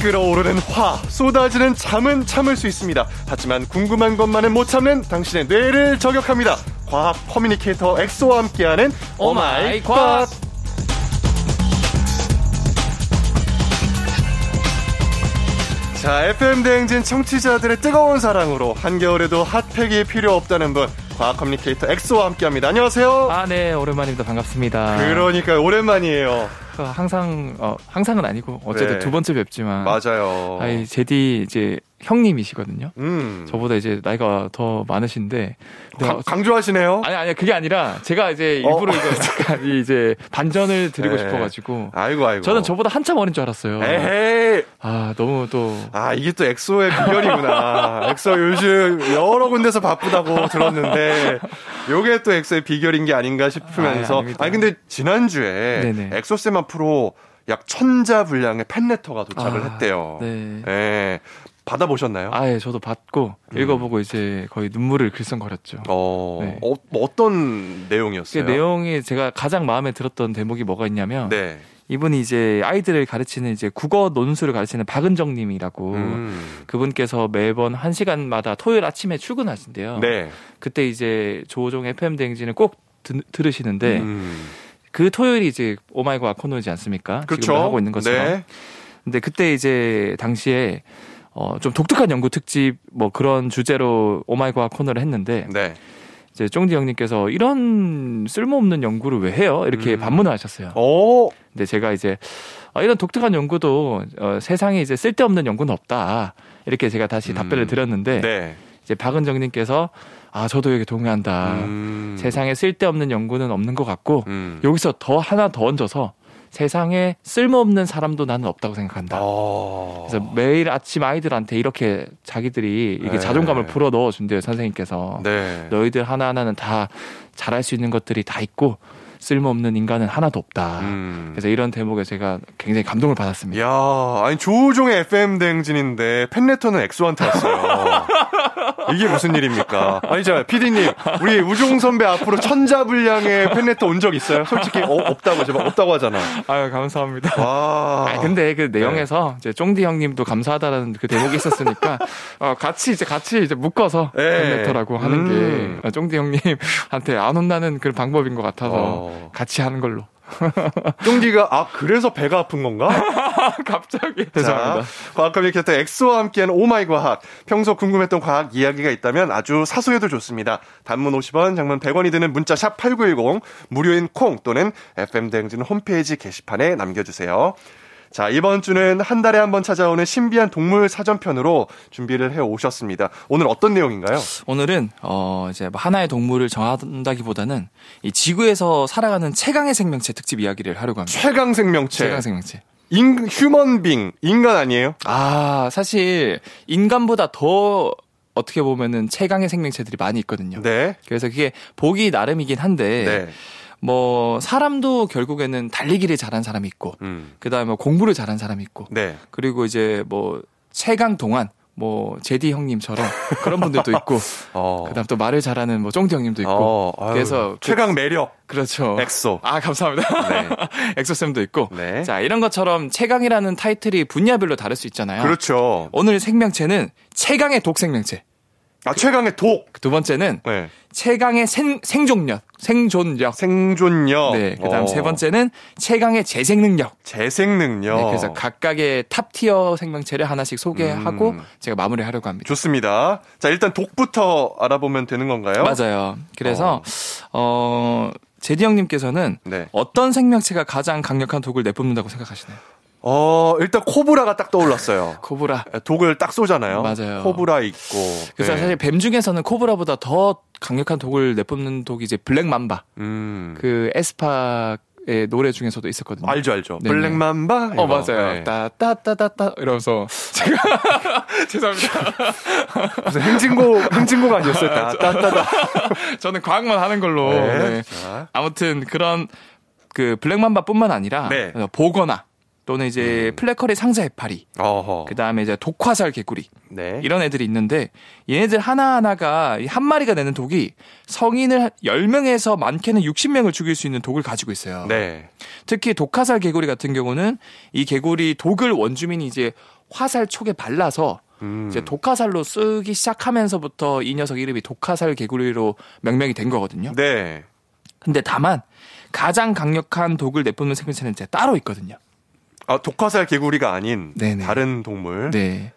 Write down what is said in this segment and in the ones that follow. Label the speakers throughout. Speaker 1: 끓어오르는 화, 쏟아지는 잠은 참을 수 있습니다. 하지만 궁금한 것만은 못 참는 당신의 뇌를 저격합니다. 과학 커뮤니케이터 엑소와 함께하는 오마이 과학. 자, FM 대행진 청취자들의 뜨거운 사랑으로 한겨울에도 핫팩이 필요 없다는 분, 과학 커뮤니케이터 엑소와 함께합니다. 안녕하세요.
Speaker 2: 아, 네, 오랜만입니다. 반갑습니다.
Speaker 1: 그러니까 오랜만이에요.
Speaker 2: 어, 항상 어, 항상은 아니고
Speaker 1: 네.
Speaker 2: 어쨌든 두 번째 뵙지만
Speaker 1: 맞아요.
Speaker 2: 아이 제디 이제 형님이시거든요.
Speaker 1: 음.
Speaker 2: 저보다 이제 나이가 더 많으신데 근데
Speaker 1: 강,
Speaker 2: 어,
Speaker 1: 강조하시네요.
Speaker 2: 아니 아니 그게 아니라 제가 이제
Speaker 1: 어.
Speaker 2: 일부러 이거 제가 이 이제 반전을 드리고
Speaker 1: 네.
Speaker 2: 싶어가지고
Speaker 1: 아이고 아이고.
Speaker 2: 저는 저보다 한참 어린 줄 알았어요.
Speaker 1: 에헤이.
Speaker 2: 아 너무 또
Speaker 1: 아 이게 또 엑소의 비결이구나. 엑소 요즘 여러 군데서 바쁘다고 들었는데 요게 또 엑소의 비결인 게 아닌가
Speaker 2: 아,
Speaker 1: 싶으면서.
Speaker 2: 아닙니다.
Speaker 1: 아니 근데 지난주에
Speaker 2: 네네.
Speaker 1: 엑소쌤 앞으로 약 천자 분량의 팬레터가 도착을
Speaker 2: 아,
Speaker 1: 했대요.
Speaker 2: 네.
Speaker 1: 예. 받아보셨나요?
Speaker 2: 아예 저도 봤고
Speaker 1: 음.
Speaker 2: 읽어보고 이제 거의 눈물을 글썽거렸죠.
Speaker 1: 어,
Speaker 2: 네.
Speaker 1: 어 어떤
Speaker 2: 그
Speaker 1: 내용이었어요?
Speaker 2: 내용이 제가 가장 마음에 들었던 대목이 뭐가 있냐면
Speaker 1: 네.
Speaker 2: 이분이 이제 아이들을 가르치는 이제 국어 논술을 가르치는 박은정 님이라고
Speaker 1: 음.
Speaker 2: 그분께서 매번 한시간마다 토요일 아침에 출근하신대요.
Speaker 1: 네.
Speaker 2: 그때 이제 조종 FM 댕지는 꼭 드- 들으시는데
Speaker 1: 음.
Speaker 2: 그 토요일이 이제 오마이과 코너이지 않습니까?
Speaker 1: 그렇죠.
Speaker 2: 지금 하고 있는 것처럼.
Speaker 1: 네.
Speaker 2: 근데 그때 이제 당시에 어, 좀 독특한 연구 특집 뭐 그런 주제로 오마이과 코너를 했는데
Speaker 1: 네.
Speaker 2: 이제 쫑디 형님께서 이런 쓸모없는 연구를 왜 해요? 이렇게
Speaker 1: 음.
Speaker 2: 반문을 하셨어요.
Speaker 1: 어.
Speaker 2: 근데 제가 이제 아, 이런 독특한 연구도 어, 세상에 이제 쓸데없는 연구는 없다 이렇게 제가 다시
Speaker 1: 음.
Speaker 2: 답변을 드렸는데
Speaker 1: 네.
Speaker 2: 이제 박은정님께서 아 저도 여기 동의한다
Speaker 1: 음.
Speaker 2: 세상에 쓸데없는 연구는 없는 것 같고
Speaker 1: 음.
Speaker 2: 여기서 더 하나 더 얹어서 세상에 쓸모없는 사람도 나는 없다고 생각한다.
Speaker 1: 어.
Speaker 2: 그래서 매일 아침 아이들한테 이렇게 자기들이 이게
Speaker 1: 네.
Speaker 2: 자존감을 불어 넣어 준대요 선생님께서
Speaker 1: 네.
Speaker 2: 너희들 하나 하나는 다 잘할 수 있는 것들이 다 있고 쓸모없는 인간은 하나도 없다.
Speaker 1: 음.
Speaker 2: 그래서 이런 대목에 제가 굉장히 감동을 받았습니다.
Speaker 1: 야, 아니 조우종의 FM 대행진인데 팬레터는 엑소한테 왔어요. 이게 무슨 일입니까? 아니 자, PD님, 우리 우종 선배 앞으로 천자 분량의 팬레터 온 적 있어요? 솔직히 어, 없다고 제발 없다고 하잖아.
Speaker 2: 예. 아유 감사합니다.
Speaker 1: 와.
Speaker 2: 아, 근데 그 내용에서 이제 쫑디 형님도 감사하다라는 그 대목이 있었으니까 어, 같이 이제 같이 이제 묶어서
Speaker 1: 예.
Speaker 2: 팬레터라고 하는
Speaker 1: 음.
Speaker 2: 게 어, 쫑디 형님한테 안 혼나는 그런 방법인 것 같아서
Speaker 1: 어.
Speaker 2: 같이 하는 걸로
Speaker 1: 쫑디가 아 그래서 배가 아픈 건가?
Speaker 2: 갑자기
Speaker 1: 자,
Speaker 2: 죄송합니다.
Speaker 1: 과학 커뮤니케이터 엑소와 함께하는 오마이 과학. 평소 궁금했던 과학 이야기가 있다면 아주 사소해도 좋습니다. 단문 50원, 장문 100원이 드는 문자 샵 8910, 무료인 콩 또는 FM 대행진 홈페이지 게시판에 남겨주세요. 자, 이번 주는 한 달에 한 번 찾아오는 신비한 동물 사전편으로 준비를 해 오셨습니다. 오늘 어떤 내용인가요?
Speaker 2: 오늘은 어 이제 뭐 하나의 동물을 정한다기보다는 이 지구에서 살아가는 최강의 생명체 특집 이야기를 하려고 합니다.
Speaker 1: 최강 생명체.
Speaker 2: 최강 생명체.
Speaker 1: 인, 휴먼빙. 인간 아니에요?
Speaker 2: 아 사실 인간보다 더 어떻게 보면은 최강의 생명체들이 많이 있거든요.
Speaker 1: 네.
Speaker 2: 그래서 그게 보기 나름이긴 한데
Speaker 1: 네.
Speaker 2: 뭐 사람도 결국에는 달리기를 잘한 사람이 있고
Speaker 1: 음.
Speaker 2: 그다음에 뭐 공부를 잘한 사람이 있고
Speaker 1: 네.
Speaker 2: 그리고 이제 뭐 최강 동안 뭐 제디 형님처럼 그런 분들도 있고
Speaker 1: 어.
Speaker 2: 그다음 또 말을 잘하는 뭐 쫑디 형님도 있고
Speaker 1: 어, 아유.
Speaker 2: 그래서 그-
Speaker 1: 최강 매력.
Speaker 2: 그렇죠.
Speaker 1: 엑소.
Speaker 2: 아 감사합니다.
Speaker 1: 네.
Speaker 2: 엑소쌤도 있고
Speaker 1: 네.
Speaker 2: 자 이런 것처럼 최강이라는 타이틀이 분야별로 다를 수 있잖아요.
Speaker 1: 그렇죠.
Speaker 2: 오늘 생명체는 최강의 독 생명체.
Speaker 1: 아,
Speaker 2: 그
Speaker 1: 최강의 독.
Speaker 2: 두 번째는
Speaker 1: 네.
Speaker 2: 최강의 생, 생존력, 생존력.
Speaker 1: 생존력.
Speaker 2: 네, 그다음
Speaker 1: 어,
Speaker 2: 세 번째는 최강의 재생 능력.
Speaker 1: 재생 능력.
Speaker 2: 네, 그래서 각각의 탑 티어 생명체를 하나씩 소개하고
Speaker 1: 음.
Speaker 2: 제가 마무리하려고 합니다.
Speaker 1: 좋습니다. 자, 일단 독부터 알아보면 되는 건가요?
Speaker 2: 맞아요. 그래서 어, 제디 형님께서는
Speaker 1: 네.
Speaker 2: 어떤 생명체가 가장 강력한 독을 내뿜는다고 생각하시나요?
Speaker 1: 어, 일단 코브라가 딱 떠올랐어요.
Speaker 2: 코브라.
Speaker 1: 독을 딱 쏘잖아요.
Speaker 2: 맞아요.
Speaker 1: 코브라 있고.
Speaker 2: 그래서
Speaker 1: 네.
Speaker 2: 사실 뱀 중에서는 코브라보다 더 강력한 독을 내뿜는 독이 이제 블랙맘바.
Speaker 1: 음.
Speaker 2: 그 에스파의 노래 중에서도 있었거든요.
Speaker 1: 알죠, 알죠.
Speaker 2: 네네.
Speaker 1: 블랙맘바.
Speaker 2: 어
Speaker 1: 이거.
Speaker 2: 맞아요.
Speaker 1: 네.
Speaker 2: 따따따따따 이러면서 제가 죄송합니다.
Speaker 1: 무슨 행진곡, 행진곡 아니었어요. 따, 따, 따, 따.
Speaker 2: 저는 과학만 하는 걸로.
Speaker 1: 네.
Speaker 2: 네.
Speaker 1: 자.
Speaker 2: 아무튼 그런 그 블랙맘바뿐만 아니라
Speaker 1: 네. 음.
Speaker 2: 보거나 또는 이제 플래커리 상자 해파리,
Speaker 1: 어허.
Speaker 2: 그 다음에 이제 독화살 개구리
Speaker 1: 네.
Speaker 2: 이런 애들이 있는데 얘네들 하나하나가 이한 마리가 내는 독이 성인을 10명에서 많게는 60명을 죽일 수 있는 독을 가지고 있어요.
Speaker 1: 네.
Speaker 2: 특히 독화살 개구리 같은 경우는 이 개구리 독을 원주민이 이제 화살 촉에 발라서
Speaker 1: 음.
Speaker 2: 이제 독화살로 쓰기 시작하면서부터 이 녀석 이름이 독화살 개구리로 명명이 된 거거든요.
Speaker 1: 네.
Speaker 2: 근데 다만 가장 강력한 독을 내뿜는 생물체는 이제 따로 있거든요.
Speaker 1: 아, 독화살 개구리가 아닌
Speaker 2: 네네.
Speaker 1: 다른 동물.
Speaker 2: 네.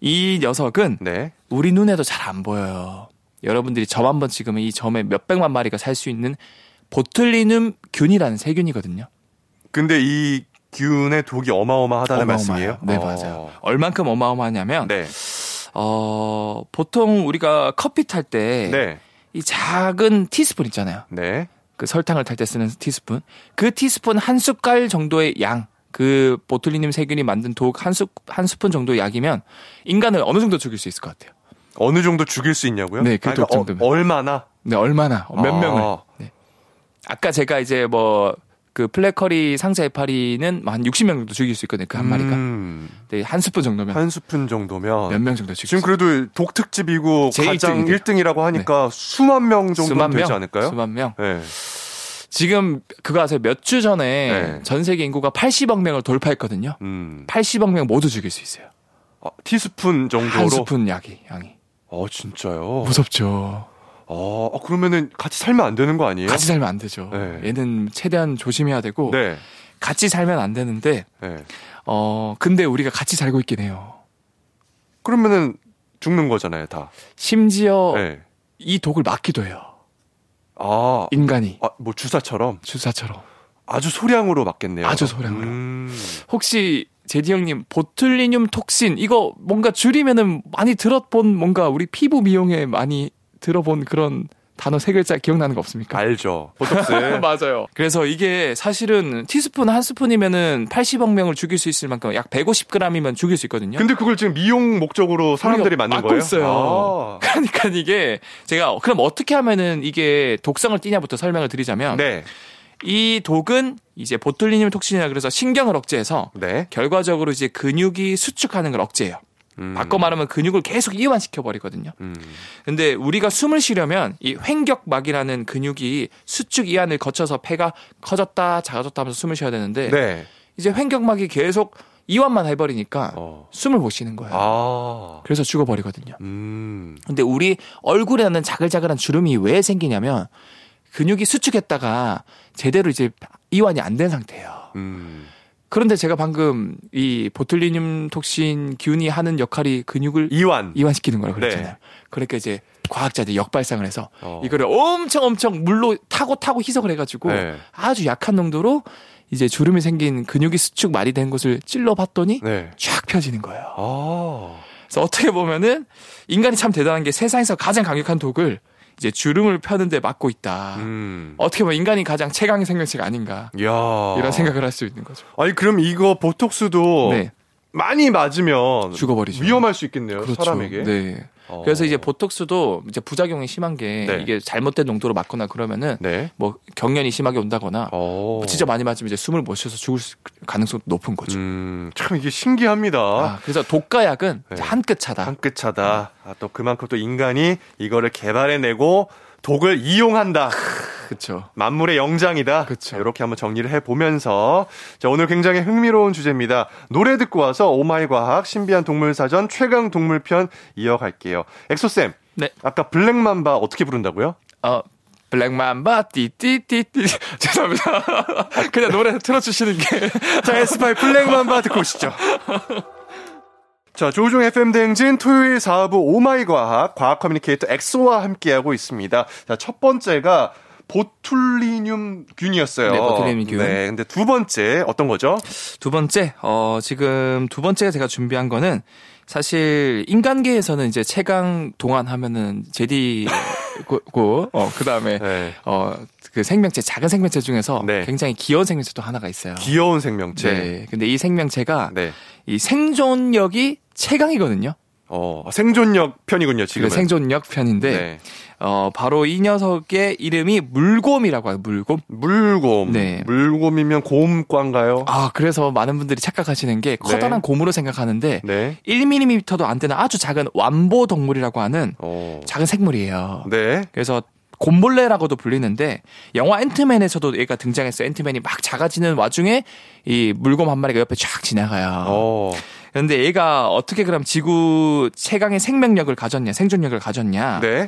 Speaker 2: 이 녀석은
Speaker 1: 네.
Speaker 2: 우리 눈에도 잘 안 보여요. 여러분들이 점 한번 찍으면 이 점에 몇백만 마리가 살 수 있는 보틀리눔 균이라는 세균이거든요.
Speaker 1: 근데 이 균의 독이 어마어마하다는 말씀이에요?
Speaker 2: 어마어마해요. 네,
Speaker 1: 어.
Speaker 2: 맞아요. 얼만큼 어마어마하냐면
Speaker 1: 네.
Speaker 2: 어, 보통 우리가 커피 탈 때 이
Speaker 1: 네.
Speaker 2: 작은 티스푼 있잖아요.
Speaker 1: 네.
Speaker 2: 그 설탕을 탈 때 쓰는 티스푼. 그 티스푼 한 숟갈 정도의 양. 그 보틀리눔 세균이 만든 독 한 수, 한 스푼 정도의 약이면 인간을 어느 정도 죽일 수 있을 것 같아요.
Speaker 1: 어느 정도 죽일 수 있냐고요?
Speaker 2: 네, 그
Speaker 1: 아, 그러니까
Speaker 2: 독 정도면.
Speaker 1: 어, 얼마나?
Speaker 2: 네, 얼마나, 몇
Speaker 1: 아.
Speaker 2: 명을. 아까 제가 이제 뭐, 그 플래커리 상자의 파리는 뭐한 60명 정도 죽일 수 있거든요. 그 한 마리가.
Speaker 1: 음,
Speaker 2: 네, 한 스푼 정도면
Speaker 1: 한 스푼 정도면
Speaker 2: 몇 명 정도 죽일 수
Speaker 1: 지금 그래도 독특집이고
Speaker 2: 제
Speaker 1: 가장
Speaker 2: 1등이네요.
Speaker 1: 1등이라고 하니까 수만 명 정도
Speaker 2: 수만
Speaker 1: 되지
Speaker 2: 명?
Speaker 1: 않을까요?
Speaker 2: 수만 명.
Speaker 1: 네.
Speaker 2: 지금 그거 아세요? 몇 주 전에
Speaker 1: 네.
Speaker 2: 전 세계 인구가 80억 명을 돌파했거든요.
Speaker 1: 음.
Speaker 2: 80억 명 모두 죽일 수 있어요.
Speaker 1: 아, 티스푼 정도로.
Speaker 2: 한 스푼 약이 양이.
Speaker 1: 어, 진짜요?
Speaker 2: 무섭죠.
Speaker 1: 어, 아, 그러면은 같이 살면 안 되는 거 아니에요?
Speaker 2: 같이 살면 안 되죠.
Speaker 1: 네.
Speaker 2: 얘는 최대한 조심해야 되고
Speaker 1: 예. 네.
Speaker 2: 같이 살면 안 되는데
Speaker 1: 네.
Speaker 2: 어 근데 우리가 같이 살고 있긴 해요.
Speaker 1: 그러면은 죽는 거잖아요, 다.
Speaker 2: 심지어
Speaker 1: 네.
Speaker 2: 이 독을 막기도 해요.
Speaker 1: 아,
Speaker 2: 인간이
Speaker 1: 아, 뭐 주사처럼
Speaker 2: 주사처럼.
Speaker 1: 아주 소량으로 맞겠네요.
Speaker 2: 아주 소량으로.
Speaker 1: 음.
Speaker 2: 혹시 제디 형님 보툴리늄 톡신 이거 뭔가 줄이면은 많이 들어본 뭔가 우리 피부 미용에 많이 들어본 그런 단어 세 글자 기억나는 거 없습니까?
Speaker 1: 알죠. 보톡스.
Speaker 2: 맞아요. 그래서 이게 사실은 티스푼 한 스푼이면은 80억 명을 죽일 수 있을 만큼 약 150g이면 죽일 수 있거든요.
Speaker 1: 근데 그걸 지금 미용 목적으로 사람들이
Speaker 2: 우리가
Speaker 1: 만든
Speaker 2: 막고
Speaker 1: 거예요?
Speaker 2: 있어요.
Speaker 1: 아.
Speaker 2: 그러니까 이게 제가 그럼 어떻게 하면은 이게 독성을 띠냐부터 설명을 드리자면
Speaker 1: 네.
Speaker 2: 이 독은 이제 보툴리늄 톡신이라 그래서 신경을 억제해서
Speaker 1: 네.
Speaker 2: 결과적으로 이제 근육이 수축하는 걸 억제해요.
Speaker 1: 음.
Speaker 2: 바꿔 말하면 근육을 계속 이완시켜 버리거든요.
Speaker 1: 음.
Speaker 2: 근데 우리가 숨을 쉬려면 이 횡격막이라는 근육이 수축 이완을 거쳐서 폐가 커졌다 작아졌다 하면서 숨을 쉬어야 되는데
Speaker 1: 네.
Speaker 2: 이제 횡격막이 계속 이완만 해버리니까
Speaker 1: 어.
Speaker 2: 숨을 못 쉬는 거예요.
Speaker 1: 아.
Speaker 2: 그래서 죽어버리거든요.
Speaker 1: 음.
Speaker 2: 근데 우리 얼굴에는 자글자글한 주름이 왜 생기냐면 근육이 수축했다가 제대로 이제 이완이 안 된 상태예요.
Speaker 1: 음.
Speaker 2: 그런데 제가 방금 이 보툴리늄 톡신 균이 하는 역할이 근육을
Speaker 1: 이완.
Speaker 2: 이완시키는 거라고
Speaker 1: 네.
Speaker 2: 그랬잖아요. 그러니까 이제 과학자들이 역발상을 해서
Speaker 1: 어.
Speaker 2: 이거를 엄청 엄청 물로 타고 타고 희석을 해가지고
Speaker 1: 네.
Speaker 2: 아주 약한 농도로 이제 주름이 생긴 근육이 수축 말이 된 곳을 찔러봤더니
Speaker 1: 네.
Speaker 2: 쫙 펴지는 거예요.
Speaker 1: 아.
Speaker 2: 그래서 어떻게 보면은 인간이 참 대단한 게 세상에서 가장 강력한 독을 이제 주름을 펴는데 막고 있다.
Speaker 1: 음.
Speaker 2: 아. 어떻게 보면 인간이 가장 최강의 생명체가 아닌가
Speaker 1: 야.
Speaker 2: 이런 생각을 할 수 있는 거죠.
Speaker 1: 아니 그럼 이거 보톡스도
Speaker 2: 네,
Speaker 1: 많이 맞으면
Speaker 2: 죽어버리죠.
Speaker 1: 위험할 수 있겠네요.
Speaker 2: 그렇죠.
Speaker 1: 사람에게.
Speaker 2: 네.
Speaker 1: 어.
Speaker 2: 그래서 이제 보톡스도 이제 부작용이 심한 게
Speaker 1: 네.
Speaker 2: 이게 잘못된 농도로 맞거나 그러면은
Speaker 1: 네.
Speaker 2: 뭐 경련이 심하게 온다거나
Speaker 1: 어.
Speaker 2: 진짜 많이 맞으면 이제 숨을 못 쉬어서 죽을 수- 가능성도 높은 거죠.
Speaker 1: 음, 참 이게 신기합니다.
Speaker 2: 그렇죠. 아, 그래서 독가약은
Speaker 1: 네.
Speaker 2: 한 끗 차다.
Speaker 1: 한 끗 차다. 아, 또 그만큼 또 인간이 이거를 개발해내고 독을 이용한다.
Speaker 2: 그렇죠.
Speaker 1: 만물의 영장이다.
Speaker 2: 그쵸.
Speaker 1: 이렇게 한번 정리를 해보면서 자, 오늘 굉장히 흥미로운 주제입니다. 노래 듣고 와서 오마이 과학 신비한 동물 사전 최강 동물 편 이어갈게요. 엑소쌤.
Speaker 2: 네.
Speaker 1: 아까 블랙맘바 어떻게 부른다고요?
Speaker 2: 어 블랙맘바 띠띠띠띠 죄송합니다. 그냥 노래 틀어주시는 게
Speaker 1: 자, 에스파이 블랙맘바 듣고 오시죠. 자, 조종 FM 대행진 토요일 4부 오마이 과학, 과학 커뮤니케이터 엑소와 함께하고 있습니다. 자, 첫 번째가 보툴리늄 균이었어요.
Speaker 2: 네, 보툴리늄 균.
Speaker 1: 네, 근데 두 번째 어떤 거죠?
Speaker 2: 두 번째 어 지금 두 번째 제가 준비한 거는 사실 인간계에서는 이제 최강 동안 하면은 제디고 어 그다음에
Speaker 1: 네.
Speaker 2: 어 그 생명체 작은 생명체 중에서
Speaker 1: 네.
Speaker 2: 굉장히 귀여운 생명체 또 하나가 있어요.
Speaker 1: 귀여운 생명체.
Speaker 2: 네. 근데 이 생명체가
Speaker 1: 네.
Speaker 2: 이 생존력이 최강이거든요.
Speaker 1: 어, 생존력 편이군요, 지금.
Speaker 2: 지금 그 생존력 네. 편인데
Speaker 1: 네.
Speaker 2: 어 바로 이 녀석의 이름이 물곰이라고 해요. 물곰.
Speaker 1: 물곰.
Speaker 2: 네.
Speaker 1: 물곰이면 곰과인가요?
Speaker 2: 아 그래서 많은 분들이 착각하시는 게 커다란 곰으로 생각하는데
Speaker 1: 네.
Speaker 2: 1mm도 안 되는 아주 작은 완보 동물이라고 하는
Speaker 1: 어.
Speaker 2: 작은 생물이에요.
Speaker 1: 네.
Speaker 2: 그래서 곰벌레라고도 불리는데 영화 앤트맨에서도 얘가 등장했어요. 앤트맨이 막 작아지는 와중에 이 물곰 한 마리가 옆에 쫙 지나가요.
Speaker 1: 어.
Speaker 2: 그런데 얘가 어떻게 그럼 지구 최강의 생명력을 가졌냐, 생존력을 가졌냐?
Speaker 1: 네.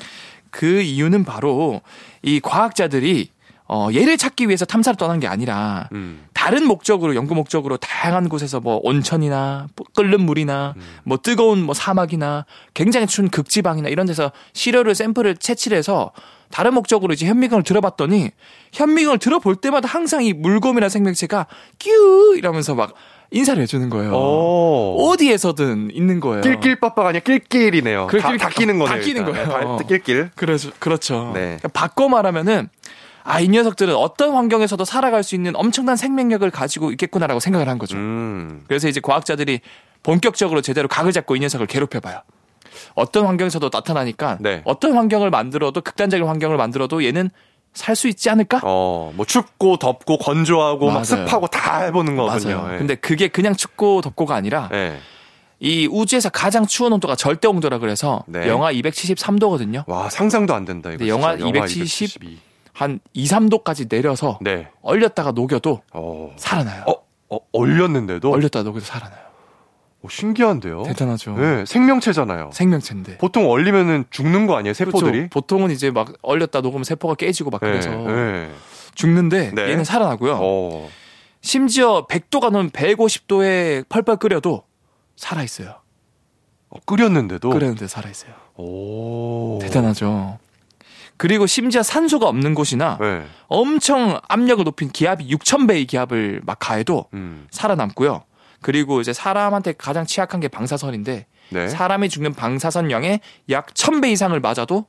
Speaker 2: 그 이유는 바로 이 과학자들이 어, 얘를 찾기 위해서 탐사를 떠난 게 아니라
Speaker 1: 음.
Speaker 2: 다른 목적으로 연구 목적으로 다양한 곳에서 뭐 온천이나 뭐 끓는 물이나 뭐 뜨거운 뭐 사막이나 굉장히 추운 극지방이나 이런 데서 시료를 샘플을 채취를 해서 다른 목적으로 이제 현미경을 들어봤더니 현미경을 들어볼 때마다 항상 이 물곰이나 생명체가 끼우 이러면서 막 인사를 해주는 거예요.
Speaker 1: 어.
Speaker 2: 어디에서든 있는 거예요.
Speaker 1: 낄낄빠빠가 아니라 낄낄이네요.
Speaker 2: 그래,
Speaker 1: 다,
Speaker 2: 낄낄-
Speaker 1: 다 끼는
Speaker 2: 다
Speaker 1: 거네요.
Speaker 2: 끼는
Speaker 1: 일단.
Speaker 2: 거예요. 어.
Speaker 1: 네, 다 낄낄.
Speaker 2: 그래서 그렇죠.
Speaker 1: 네.
Speaker 2: 그러니까 바꿔 말하면은 아 이 녀석들은 어떤 환경에서도 살아갈 수 있는 엄청난 생명력을 가지고 있겠구나라고 생각을 한 거죠.
Speaker 1: 음.
Speaker 2: 그래서 이제 과학자들이 본격적으로 제대로 각을 잡고 이 녀석을 괴롭혀봐요. 어떤 환경에서도 나타나니까
Speaker 1: 네.
Speaker 2: 어떤 환경을 만들어도 극단적인 환경을 만들어도 얘는 살 수 있지 않을까?
Speaker 1: 어, 뭐 춥고 덥고 건조하고
Speaker 2: 맞아요.
Speaker 1: 막 습하고 다 해보는 거거든요.
Speaker 2: 맞아요.
Speaker 1: 예.
Speaker 2: 근데 그게 그냥 춥고 덥고가 아니라
Speaker 1: 예.
Speaker 2: 이 우주에서 가장 추운 온도가 절대 온도라 그래서
Speaker 1: 네.
Speaker 2: 영하 273도거든요.
Speaker 1: 와 상상도 안 된다 이거.
Speaker 2: 근데 영하
Speaker 1: 진짜.
Speaker 2: 270. 한 2, 3도까지 내려서
Speaker 1: 네.
Speaker 2: 얼렸다가 녹여도
Speaker 1: 어.
Speaker 2: 살아나요.
Speaker 1: 어, 어 얼렸는데도
Speaker 2: 얼렸다가 녹여도 살아나요.
Speaker 1: 어, 신기한데요.
Speaker 2: 대단하죠.
Speaker 1: 네, 생명체잖아요.
Speaker 2: 생명체인데.
Speaker 1: 보통 얼리면은 죽는 거 아니에요, 세포들이?
Speaker 2: 그렇죠. 보통은 이제 막 얼렸다 녹으면 세포가 깨지고 막 아, 그래서
Speaker 1: 네, 네.
Speaker 2: 죽는데
Speaker 1: 네.
Speaker 2: 얘는 살아나고요.
Speaker 1: 어.
Speaker 2: 심지어 100도가 넘은 150도에 펄펄 끓여도 살아있어요.
Speaker 1: 어, 끓였는데도.
Speaker 2: 끓였는데 살아있어요.
Speaker 1: 오.
Speaker 2: 대단하죠. 그리고 심지어 산소가 없는 곳이나
Speaker 1: 네.
Speaker 2: 엄청 압력을 높인 기압이 6,000배의 기압을 막 가해도
Speaker 1: 음.
Speaker 2: 살아남고요. 그리고 이제 사람한테 가장 취약한 게 방사선인데
Speaker 1: 네.
Speaker 2: 사람이 죽는 방사선량의 약 1000배 이상을 맞아도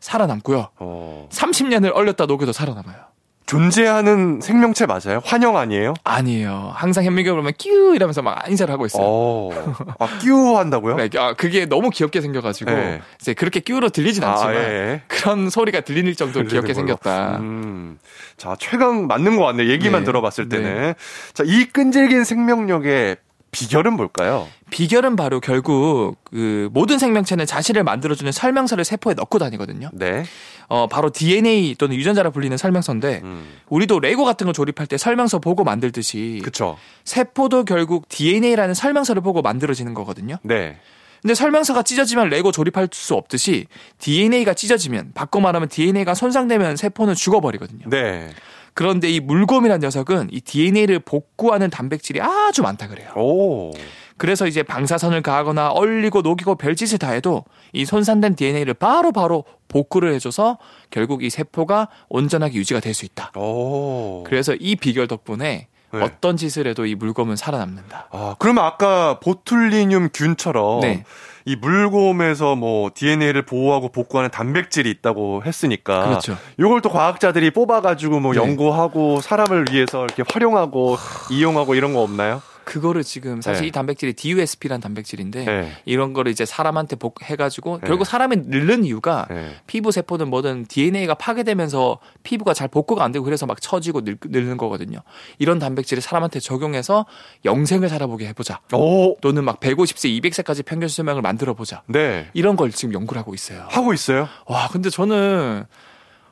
Speaker 2: 살아남고요.
Speaker 1: 어.
Speaker 2: 30년을 얼렸다 녹여도 살아남아요.
Speaker 1: 존재하는 생명체 맞아요? 환영 아니에요?
Speaker 2: 아니에요. 항상 현미경 보면 끼우 이러면서 막 인사를 하고 있어요.
Speaker 1: 어. 아, 끼우 한다고요?
Speaker 2: 네, 아, 그게 너무 귀엽게 생겨가지고
Speaker 1: 네.
Speaker 2: 이제 그렇게 끼우러 들리진 않지만
Speaker 1: 아, 예.
Speaker 2: 그런 소리가 들릴 정도로
Speaker 1: 들리는
Speaker 2: 귀엽게
Speaker 1: 걸로.
Speaker 2: 생겼다.
Speaker 1: 음. 자, 최강 맞는 것 같네요. 얘기만
Speaker 2: 네.
Speaker 1: 들어봤을 때는. 자, 이 끈질긴 생명력의 비결은 뭘까요?
Speaker 2: 비결은 바로 결국 그 모든 생명체는 자신을 만들어주는 설명서를 세포에 넣고 다니거든요.
Speaker 1: 네.
Speaker 2: 어, 바로 DNA 또는 유전자라 불리는 설명서인데
Speaker 1: 음.
Speaker 2: 우리도 레고 같은 거 조립할 때 설명서 보고 만들듯이
Speaker 1: 그쵸.
Speaker 2: 세포도 결국 DNA라는 설명서를 보고 만들어지는 거거든요.
Speaker 1: 네.
Speaker 2: 근데 설명서가 찢어지면 레고 조립할 수 없듯이 DNA가 찢어지면 바꿔 말하면 DNA가 손상되면 세포는 죽어버리거든요.
Speaker 1: 네.
Speaker 2: 그런데 이 물곰이란 녀석은 이 DNA를 복구하는 단백질이 아주 많다 그래요.
Speaker 1: 오.
Speaker 2: 그래서 이제 방사선을 가하거나 얼리고 녹이고 별짓을 다 해도 이 손상된 DNA를 바로바로 복구를 해줘서 결국 이 세포가 온전하게 유지가 될 수 있다.
Speaker 1: 오.
Speaker 2: 그래서 이 비결 덕분에
Speaker 1: 네.
Speaker 2: 어떤 짓을 해도 이 물검은 살아남는다.
Speaker 1: 아, 그러면 아까 보툴리늄 균처럼
Speaker 2: 네.
Speaker 1: 이 물곰에서 뭐 DNA를 보호하고 복구하는 단백질이 있다고 했으니까
Speaker 2: 그렇죠.
Speaker 1: 요걸 또 과학자들이 뽑아가지고 뭐
Speaker 2: 네.
Speaker 1: 연구하고 사람을 위해서 이렇게 활용하고 이용하고 이런 거 없나요?
Speaker 2: 그거를 지금 사실
Speaker 1: 네.
Speaker 2: 이 단백질이 DUSP라는 단백질인데
Speaker 1: 네.
Speaker 2: 이런 거를 이제 사람한테 복해가지고
Speaker 1: 네.
Speaker 2: 결국 사람이 늙는 이유가
Speaker 1: 네.
Speaker 2: 피부 세포든 뭐든 DNA가 파괴되면서 피부가 잘 복구가 안 되고 그래서 막 처지고 늙, 는 거거든요. 이런 단백질을 사람한테 적용해서 영생을 살아보게 해보자.
Speaker 1: 오.
Speaker 2: 또는 막 150세, 200세까지 평균 수명을 만들어 보자.
Speaker 1: 어? 네.
Speaker 2: 이런 걸 지금 연구를 하고 있어요.
Speaker 1: 하고 있어요?
Speaker 2: 와, 근데 저는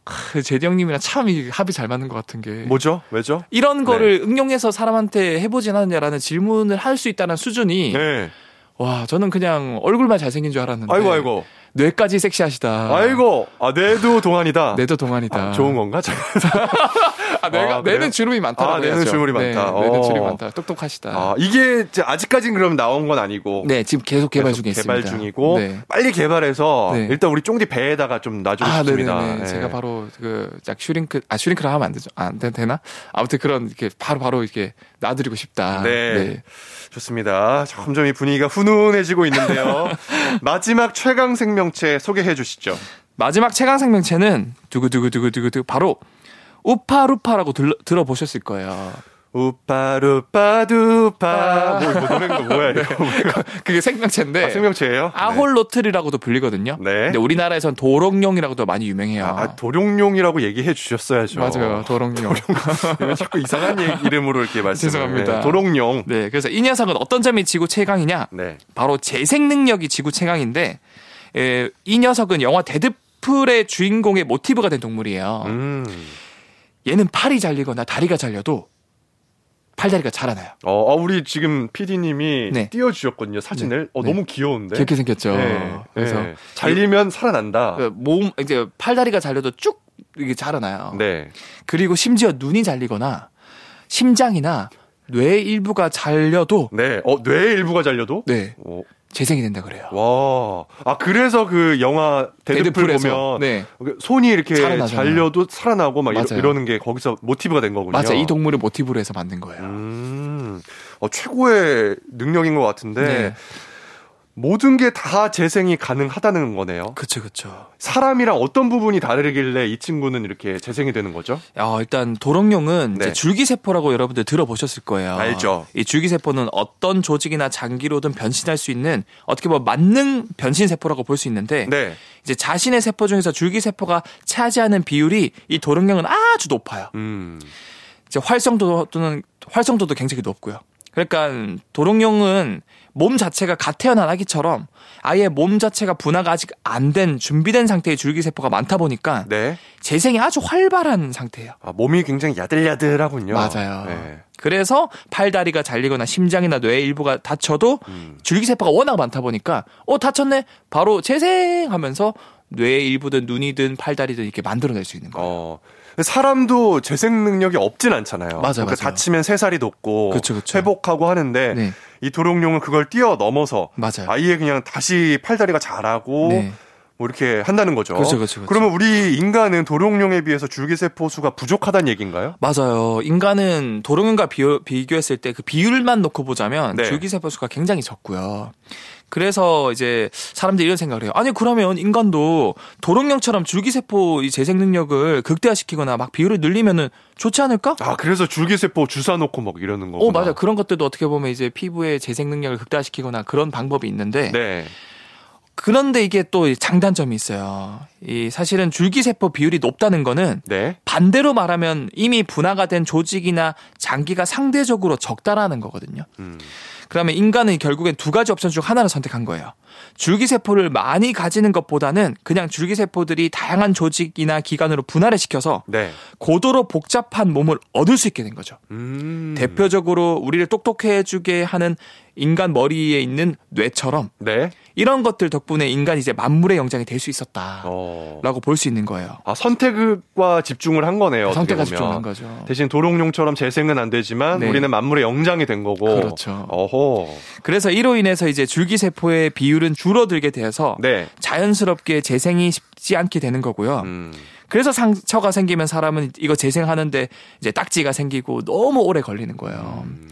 Speaker 2: 크, 제디 형님이랑 참 이 합이 잘 맞는 것 같은 게
Speaker 1: 뭐죠? 네. 왜죠?
Speaker 2: 이런 거를 응용해서 사람한테 해보진 않느냐라는 질문을 할 수 있다는 수준이
Speaker 1: 네.
Speaker 2: 와 저는 그냥 얼굴만 잘생긴 줄 알았는데
Speaker 1: 아이고 아이고.
Speaker 2: 뇌까지 섹시하시다
Speaker 1: 아이고. 아, 내도 동안이다.
Speaker 2: 뇌도 동안이다
Speaker 1: 아, 좋은 건가? 자,
Speaker 2: 아, 뇌가,
Speaker 1: 아, 그래요?
Speaker 2: 뇌는 주름이 많다라고
Speaker 1: 아, 뇌는
Speaker 2: 해야죠.
Speaker 1: 주름이
Speaker 2: 네,
Speaker 1: 많다.
Speaker 2: 뇌는
Speaker 1: 어.
Speaker 2: 주름이 많다 똑똑하시다
Speaker 1: 아, 이게 이제 아직까진 그럼 나온 건 아니고
Speaker 2: 네 지금 계속 개발 중에
Speaker 1: 계속 개발
Speaker 2: 있습니다
Speaker 1: 중이고
Speaker 2: 네.
Speaker 1: 빨리 개발해서
Speaker 2: 네.
Speaker 1: 일단 우리 쫑디 배에다가 좀 놔주고
Speaker 2: 아, 네네네.
Speaker 1: 싶습니다. 예.
Speaker 2: 제가 바로 그약 슈링크 아 슈링크를 하면 안 되죠. 아, 안 되, 되나? 아무튼 그런 이렇게 바로 바로 이렇게 놔드리고 싶다.
Speaker 1: 네. 좋습니다. 점점 이 분위기가 훈훈해지고 있는데요. 마지막 최강 생명체 소개해 주시죠.
Speaker 2: 마지막 최강 생명체는 두구두구두구두구 바로 우파루파라고 들, 들어보셨을 거예요. 아.
Speaker 1: 우파루파두파 뭐, 뭐 노래가 뭐야 이거
Speaker 2: 그게 생명체인데
Speaker 1: 아, 생명체예요?
Speaker 2: 네. 아홀로틀이라고도 불리거든요.
Speaker 1: 네.
Speaker 2: 근데 우리나라에서는 도롱뇽이라고도 많이 유명해요.
Speaker 1: 아, 그렇죠. 도룡룡이라고 얘기해 주셨어야죠.
Speaker 2: 맞아요. 도롱뇽.
Speaker 1: 이건 자꾸 이상한 얘기- 이름으로 이렇게 말씀을.
Speaker 2: 죄송합니다.
Speaker 1: 네, 도롱룡.
Speaker 2: 네. 그래서 이 녀석은 어떤 점이 지구 최강이냐?
Speaker 1: 네.
Speaker 2: 바로 재생 능력이 지구 최강인데 에, 이 녀석은 영화 데드풀의 주인공의 모티브가 된 동물이에요.
Speaker 1: 음.
Speaker 2: 얘는 팔이 잘리거나 다리가 잘려도 팔다리가 자라나요.
Speaker 1: 어, 어, 우리 지금 PD님이
Speaker 2: 네.
Speaker 1: 띄워주셨거든요, 사진을. 어,
Speaker 2: 네.
Speaker 1: 너무 귀여운데.
Speaker 2: 그렇게 생겼죠.
Speaker 1: 네.
Speaker 2: 그래서
Speaker 1: 네. 잘리면 살아난다.
Speaker 2: 그 몸, 이제 팔다리가 잘려도 쭉 이게 자라나요.
Speaker 1: 네.
Speaker 2: 그리고 심지어 눈이 잘리거나 심장이나 뇌 일부가 잘려도
Speaker 1: 네. 어, 뇌 일부가 잘려도?
Speaker 2: 네
Speaker 1: 어,
Speaker 2: 재생이 된다 그래요.
Speaker 1: 와. 아, 그래서 그 영화 데드풀
Speaker 2: 데드풀에서.
Speaker 1: 보면
Speaker 2: 네
Speaker 1: 그 손이 이렇게
Speaker 2: 살아나잖아요.
Speaker 1: 잘려도 살아나고 막 이러,
Speaker 2: 맞아요.
Speaker 1: 이러는 게 거기서 모티브가 된 거군요.
Speaker 2: 맞아 이 동물을 모티브로 해서 만든 거예요.
Speaker 1: 음, 어, 최고의 능력인 것 같은데
Speaker 2: 네.
Speaker 1: 모든 게 다 재생이 가능하다는 거네요.
Speaker 2: 그쵸 그쵸.
Speaker 1: 사람이랑 어떤 부분이 다르길래 이 친구는 이렇게 재생이 되는 거죠?
Speaker 2: 아, 일단 도롱뇽은
Speaker 1: 네.
Speaker 2: 이제 줄기세포라고 여러분들 들어보셨을 거예요.
Speaker 1: 알죠.
Speaker 2: 이 줄기세포는 어떤 조직이나 장기로든 변신할 수 있는 어떻게 보면 만능 변신세포라고 볼 수 있는데
Speaker 1: 네.
Speaker 2: 이제 자신의 세포 중에서 줄기세포가 차지하는 비율이 이 도롱뇽은 아주 높아요.
Speaker 1: 음.
Speaker 2: 이제 활성도 또는 활성도도 굉장히 높고요. 그러니까 도롱뇽은 몸 자체가 갓 태어난 아기처럼 아예 몸 자체가 분화가 아직 안 된 준비된 상태의 줄기세포가 많다 보니까
Speaker 1: 네.
Speaker 2: 재생이 아주 활발한 상태예요.
Speaker 1: 아, 몸이 굉장히 야들야들하군요.
Speaker 2: 맞아요.
Speaker 1: 네.
Speaker 2: 그래서 팔다리가 잘리거나 심장이나 뇌의 일부가 다쳐도
Speaker 1: 음.
Speaker 2: 줄기세포가 워낙 많다 보니까 어 다쳤네 바로 재생하면서 뇌의 일부든 눈이든 팔다리든 이렇게 만들어낼 수 있는 거예요.
Speaker 1: 어. 사람도 재생 능력이 없진 않잖아요.
Speaker 2: 맞아요,
Speaker 1: 그러니까
Speaker 2: 맞아요.
Speaker 1: 다치면 세 살이 돋고
Speaker 2: 그쵸, 그쵸.
Speaker 1: 어, 회복하고 하는데
Speaker 2: 네
Speaker 1: 이 도롱뇽은 그걸 뛰어넘어서
Speaker 2: 맞아요.
Speaker 1: 아예 그냥 다시 팔다리가 자라고
Speaker 2: 네.
Speaker 1: 뭐 이렇게 한다는 거죠.
Speaker 2: 그렇죠, 그렇죠, 그렇죠.
Speaker 1: 그러면 우리 인간은 도룡뇽에 비해서 줄기세포 수가 부족하다는 얘기인가요?
Speaker 2: 맞아요. 인간은 도롱뇽과 비교, 비교했을 때 그 비율만 놓고 보자면
Speaker 1: 네.
Speaker 2: 줄기세포 수가 굉장히 적고요. 그래서 이제 사람들이 이런 생각을 해요. 아니 그러면 인간도 도롱뇽처럼 줄기세포 이 재생 능력을 극대화시키거나 막 비율을 늘리면은 좋지 않을까?
Speaker 1: 아, 그래서 줄기세포 주사 놓고 막 이러는 거구나.
Speaker 2: 어 맞아 그런 것들도 어떻게 보면 이제 피부의 재생 능력을 극대화시키거나 그런 방법이 있는데
Speaker 1: 네.
Speaker 2: 그런데 이게 또이 장단점이 있어요. 이 사실은 줄기세포 비율이 높다는 거는
Speaker 1: 네.
Speaker 2: 반대로 말하면 이미 분화가 된 조직이나 장기가 상대적으로 적다라는 거거든요.
Speaker 1: 음.
Speaker 2: 그러면 인간은 결국엔 두 가지 옵션 중 하나를 선택한 거예요. 줄기세포를 많이 가지는 것보다는 그냥 줄기세포들이 다양한 조직이나 기관으로 분화를 시켜서
Speaker 1: 네.
Speaker 2: 고도로 복잡한 몸을 얻을 수 있게 된 거죠.
Speaker 1: 음.
Speaker 2: 대표적으로 우리를 똑똑해지게 하는 인간 머리에 있는 뇌처럼
Speaker 1: 네.
Speaker 2: 이런 것들 덕분에 인간이 이제 만물의 영장이 될 수 있었다라고
Speaker 1: 어.
Speaker 2: 볼 수 있는 거예요.
Speaker 1: 아, 선택과 집중을 한 거네요. 어떻게
Speaker 2: 성태가
Speaker 1: 보면.
Speaker 2: 집중한 거죠.
Speaker 1: 대신 도롱뇽처럼 재생은 안 되지만
Speaker 2: 네.
Speaker 1: 우리는 만물의 영장이 된 거고.
Speaker 2: 그렇죠.
Speaker 1: 어허.
Speaker 2: 그래서 이로 인해서 이제 줄기세포의 비율은 줄어들게 되어서
Speaker 1: 네.
Speaker 2: 자연스럽게 재생이 쉽지 않게 되는 거고요.
Speaker 1: 음.
Speaker 2: 그래서 상처가 생기면 사람은 이거 재생하는데 이제 딱지가 생기고 너무 오래 걸리는 거예요.
Speaker 1: 음.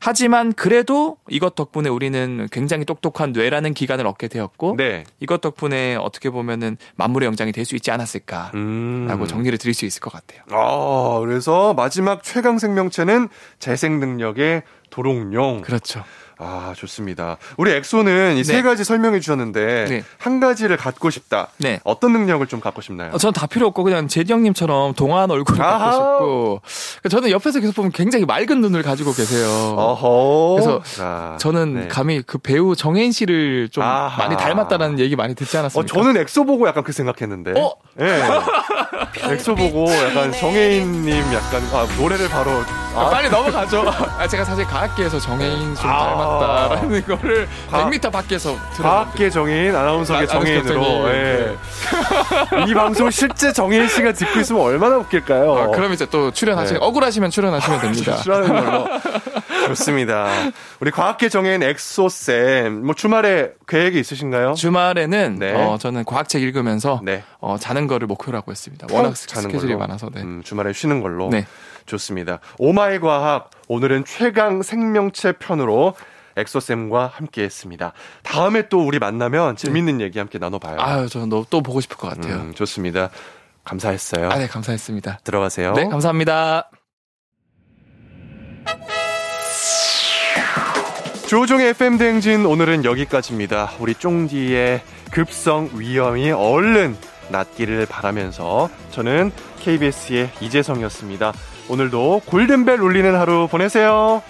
Speaker 2: 하지만 그래도 이것 덕분에 우리는 굉장히 똑똑한 뇌라는 기관을 얻게 되었고
Speaker 1: 네.
Speaker 2: 이것 덕분에 어떻게 보면은 만물의 영장이 될 수 있지 않았을까라고
Speaker 1: 음.
Speaker 2: 정리를 드릴 수 있을 것 같아요.
Speaker 1: 아, 그래서 마지막 최강 생명체는 재생 능력의 도롱뇽.
Speaker 2: 그렇죠.
Speaker 1: 아, 좋습니다. 우리 엑소는 이 세
Speaker 2: 네.
Speaker 1: 가지 설명해 주셨는데
Speaker 2: 네.
Speaker 1: 한 가지를 갖고 싶다.
Speaker 2: 네.
Speaker 1: 어떤 능력을 좀 갖고 싶나요?
Speaker 2: 저는 다 필요 없고 그냥 제디 형님처럼 동안 얼굴을
Speaker 1: 아하.
Speaker 2: 갖고 싶고 저는 옆에서 계속 보면 굉장히 맑은 눈을 가지고 계세요.
Speaker 1: 어허.
Speaker 2: 그래서
Speaker 1: 자,
Speaker 2: 저는
Speaker 1: 네.
Speaker 2: 감히 그 배우 정혜인 씨를 좀
Speaker 1: 아하.
Speaker 2: 많이 닮았다라는 얘기 많이 듣지
Speaker 1: 어,
Speaker 2: 않았습니까?
Speaker 1: 저는 엑소 보고 약간 그 생각했는데.
Speaker 2: 어?
Speaker 1: 예. 엑소 보고 약간 정혜인 님 약간 아, 노래를 바로
Speaker 2: 아,
Speaker 1: 아,
Speaker 2: 빨리 넘어가죠. 아, 제가 사실 과학계에서 정혜인 좀
Speaker 1: 아.
Speaker 2: 닮았다라는 거를
Speaker 1: 과-
Speaker 2: 100m 밖에서 들었는데
Speaker 1: 과학계 정혜인, 아나운서계
Speaker 2: 아, 아나운서
Speaker 1: 정혜인으로.
Speaker 2: 정혜인.
Speaker 1: 예. 이 방송 실제 정혜인 씨가 듣고 있으면 얼마나 웃길까요?
Speaker 2: 아, 그럼 이제 또 출연하시
Speaker 1: 어. 네.
Speaker 2: 억울하시면 출연하시면 됩니다.
Speaker 1: 싫어하는 걸로. 좋습니다. 우리 과학계 정해인 엑소쌤, 뭐 주말에 계획이 있으신가요?
Speaker 2: 주말에는
Speaker 1: 네.
Speaker 2: 어, 저는 과학책 읽으면서
Speaker 1: 네. 어,
Speaker 2: 어, 자는 거를 목표로 하고 있습니다. 워낙 어, 스-
Speaker 1: 자는
Speaker 2: 스케줄이
Speaker 1: 걸로.
Speaker 2: 많아서 네.
Speaker 1: 음, 주말에 쉬는 걸로.
Speaker 2: 네.
Speaker 1: 좋습니다. 오마이 과학, 오늘은 최강 생명체 편으로 엑소쌤과 함께 했습니다. 다음에 또 우리 만나면 재밌는 얘기 함께 나눠봐요.
Speaker 2: 네. 아유, 저는 너무 또 보고 싶을 것 같아요.
Speaker 1: 음, 좋습니다. 감사했어요. 어?
Speaker 2: 아, 네, 감사했습니다.
Speaker 1: 들어가세요.
Speaker 2: 네, 감사합니다.
Speaker 1: 조종의 FM 대행진 오늘은 여기까지입니다. 우리 쫑디의 급성 위험이 얼른 낫기를 바라면서 저는 KBS의 이재성이었습니다. 오늘도 골든벨 울리는 하루 보내세요.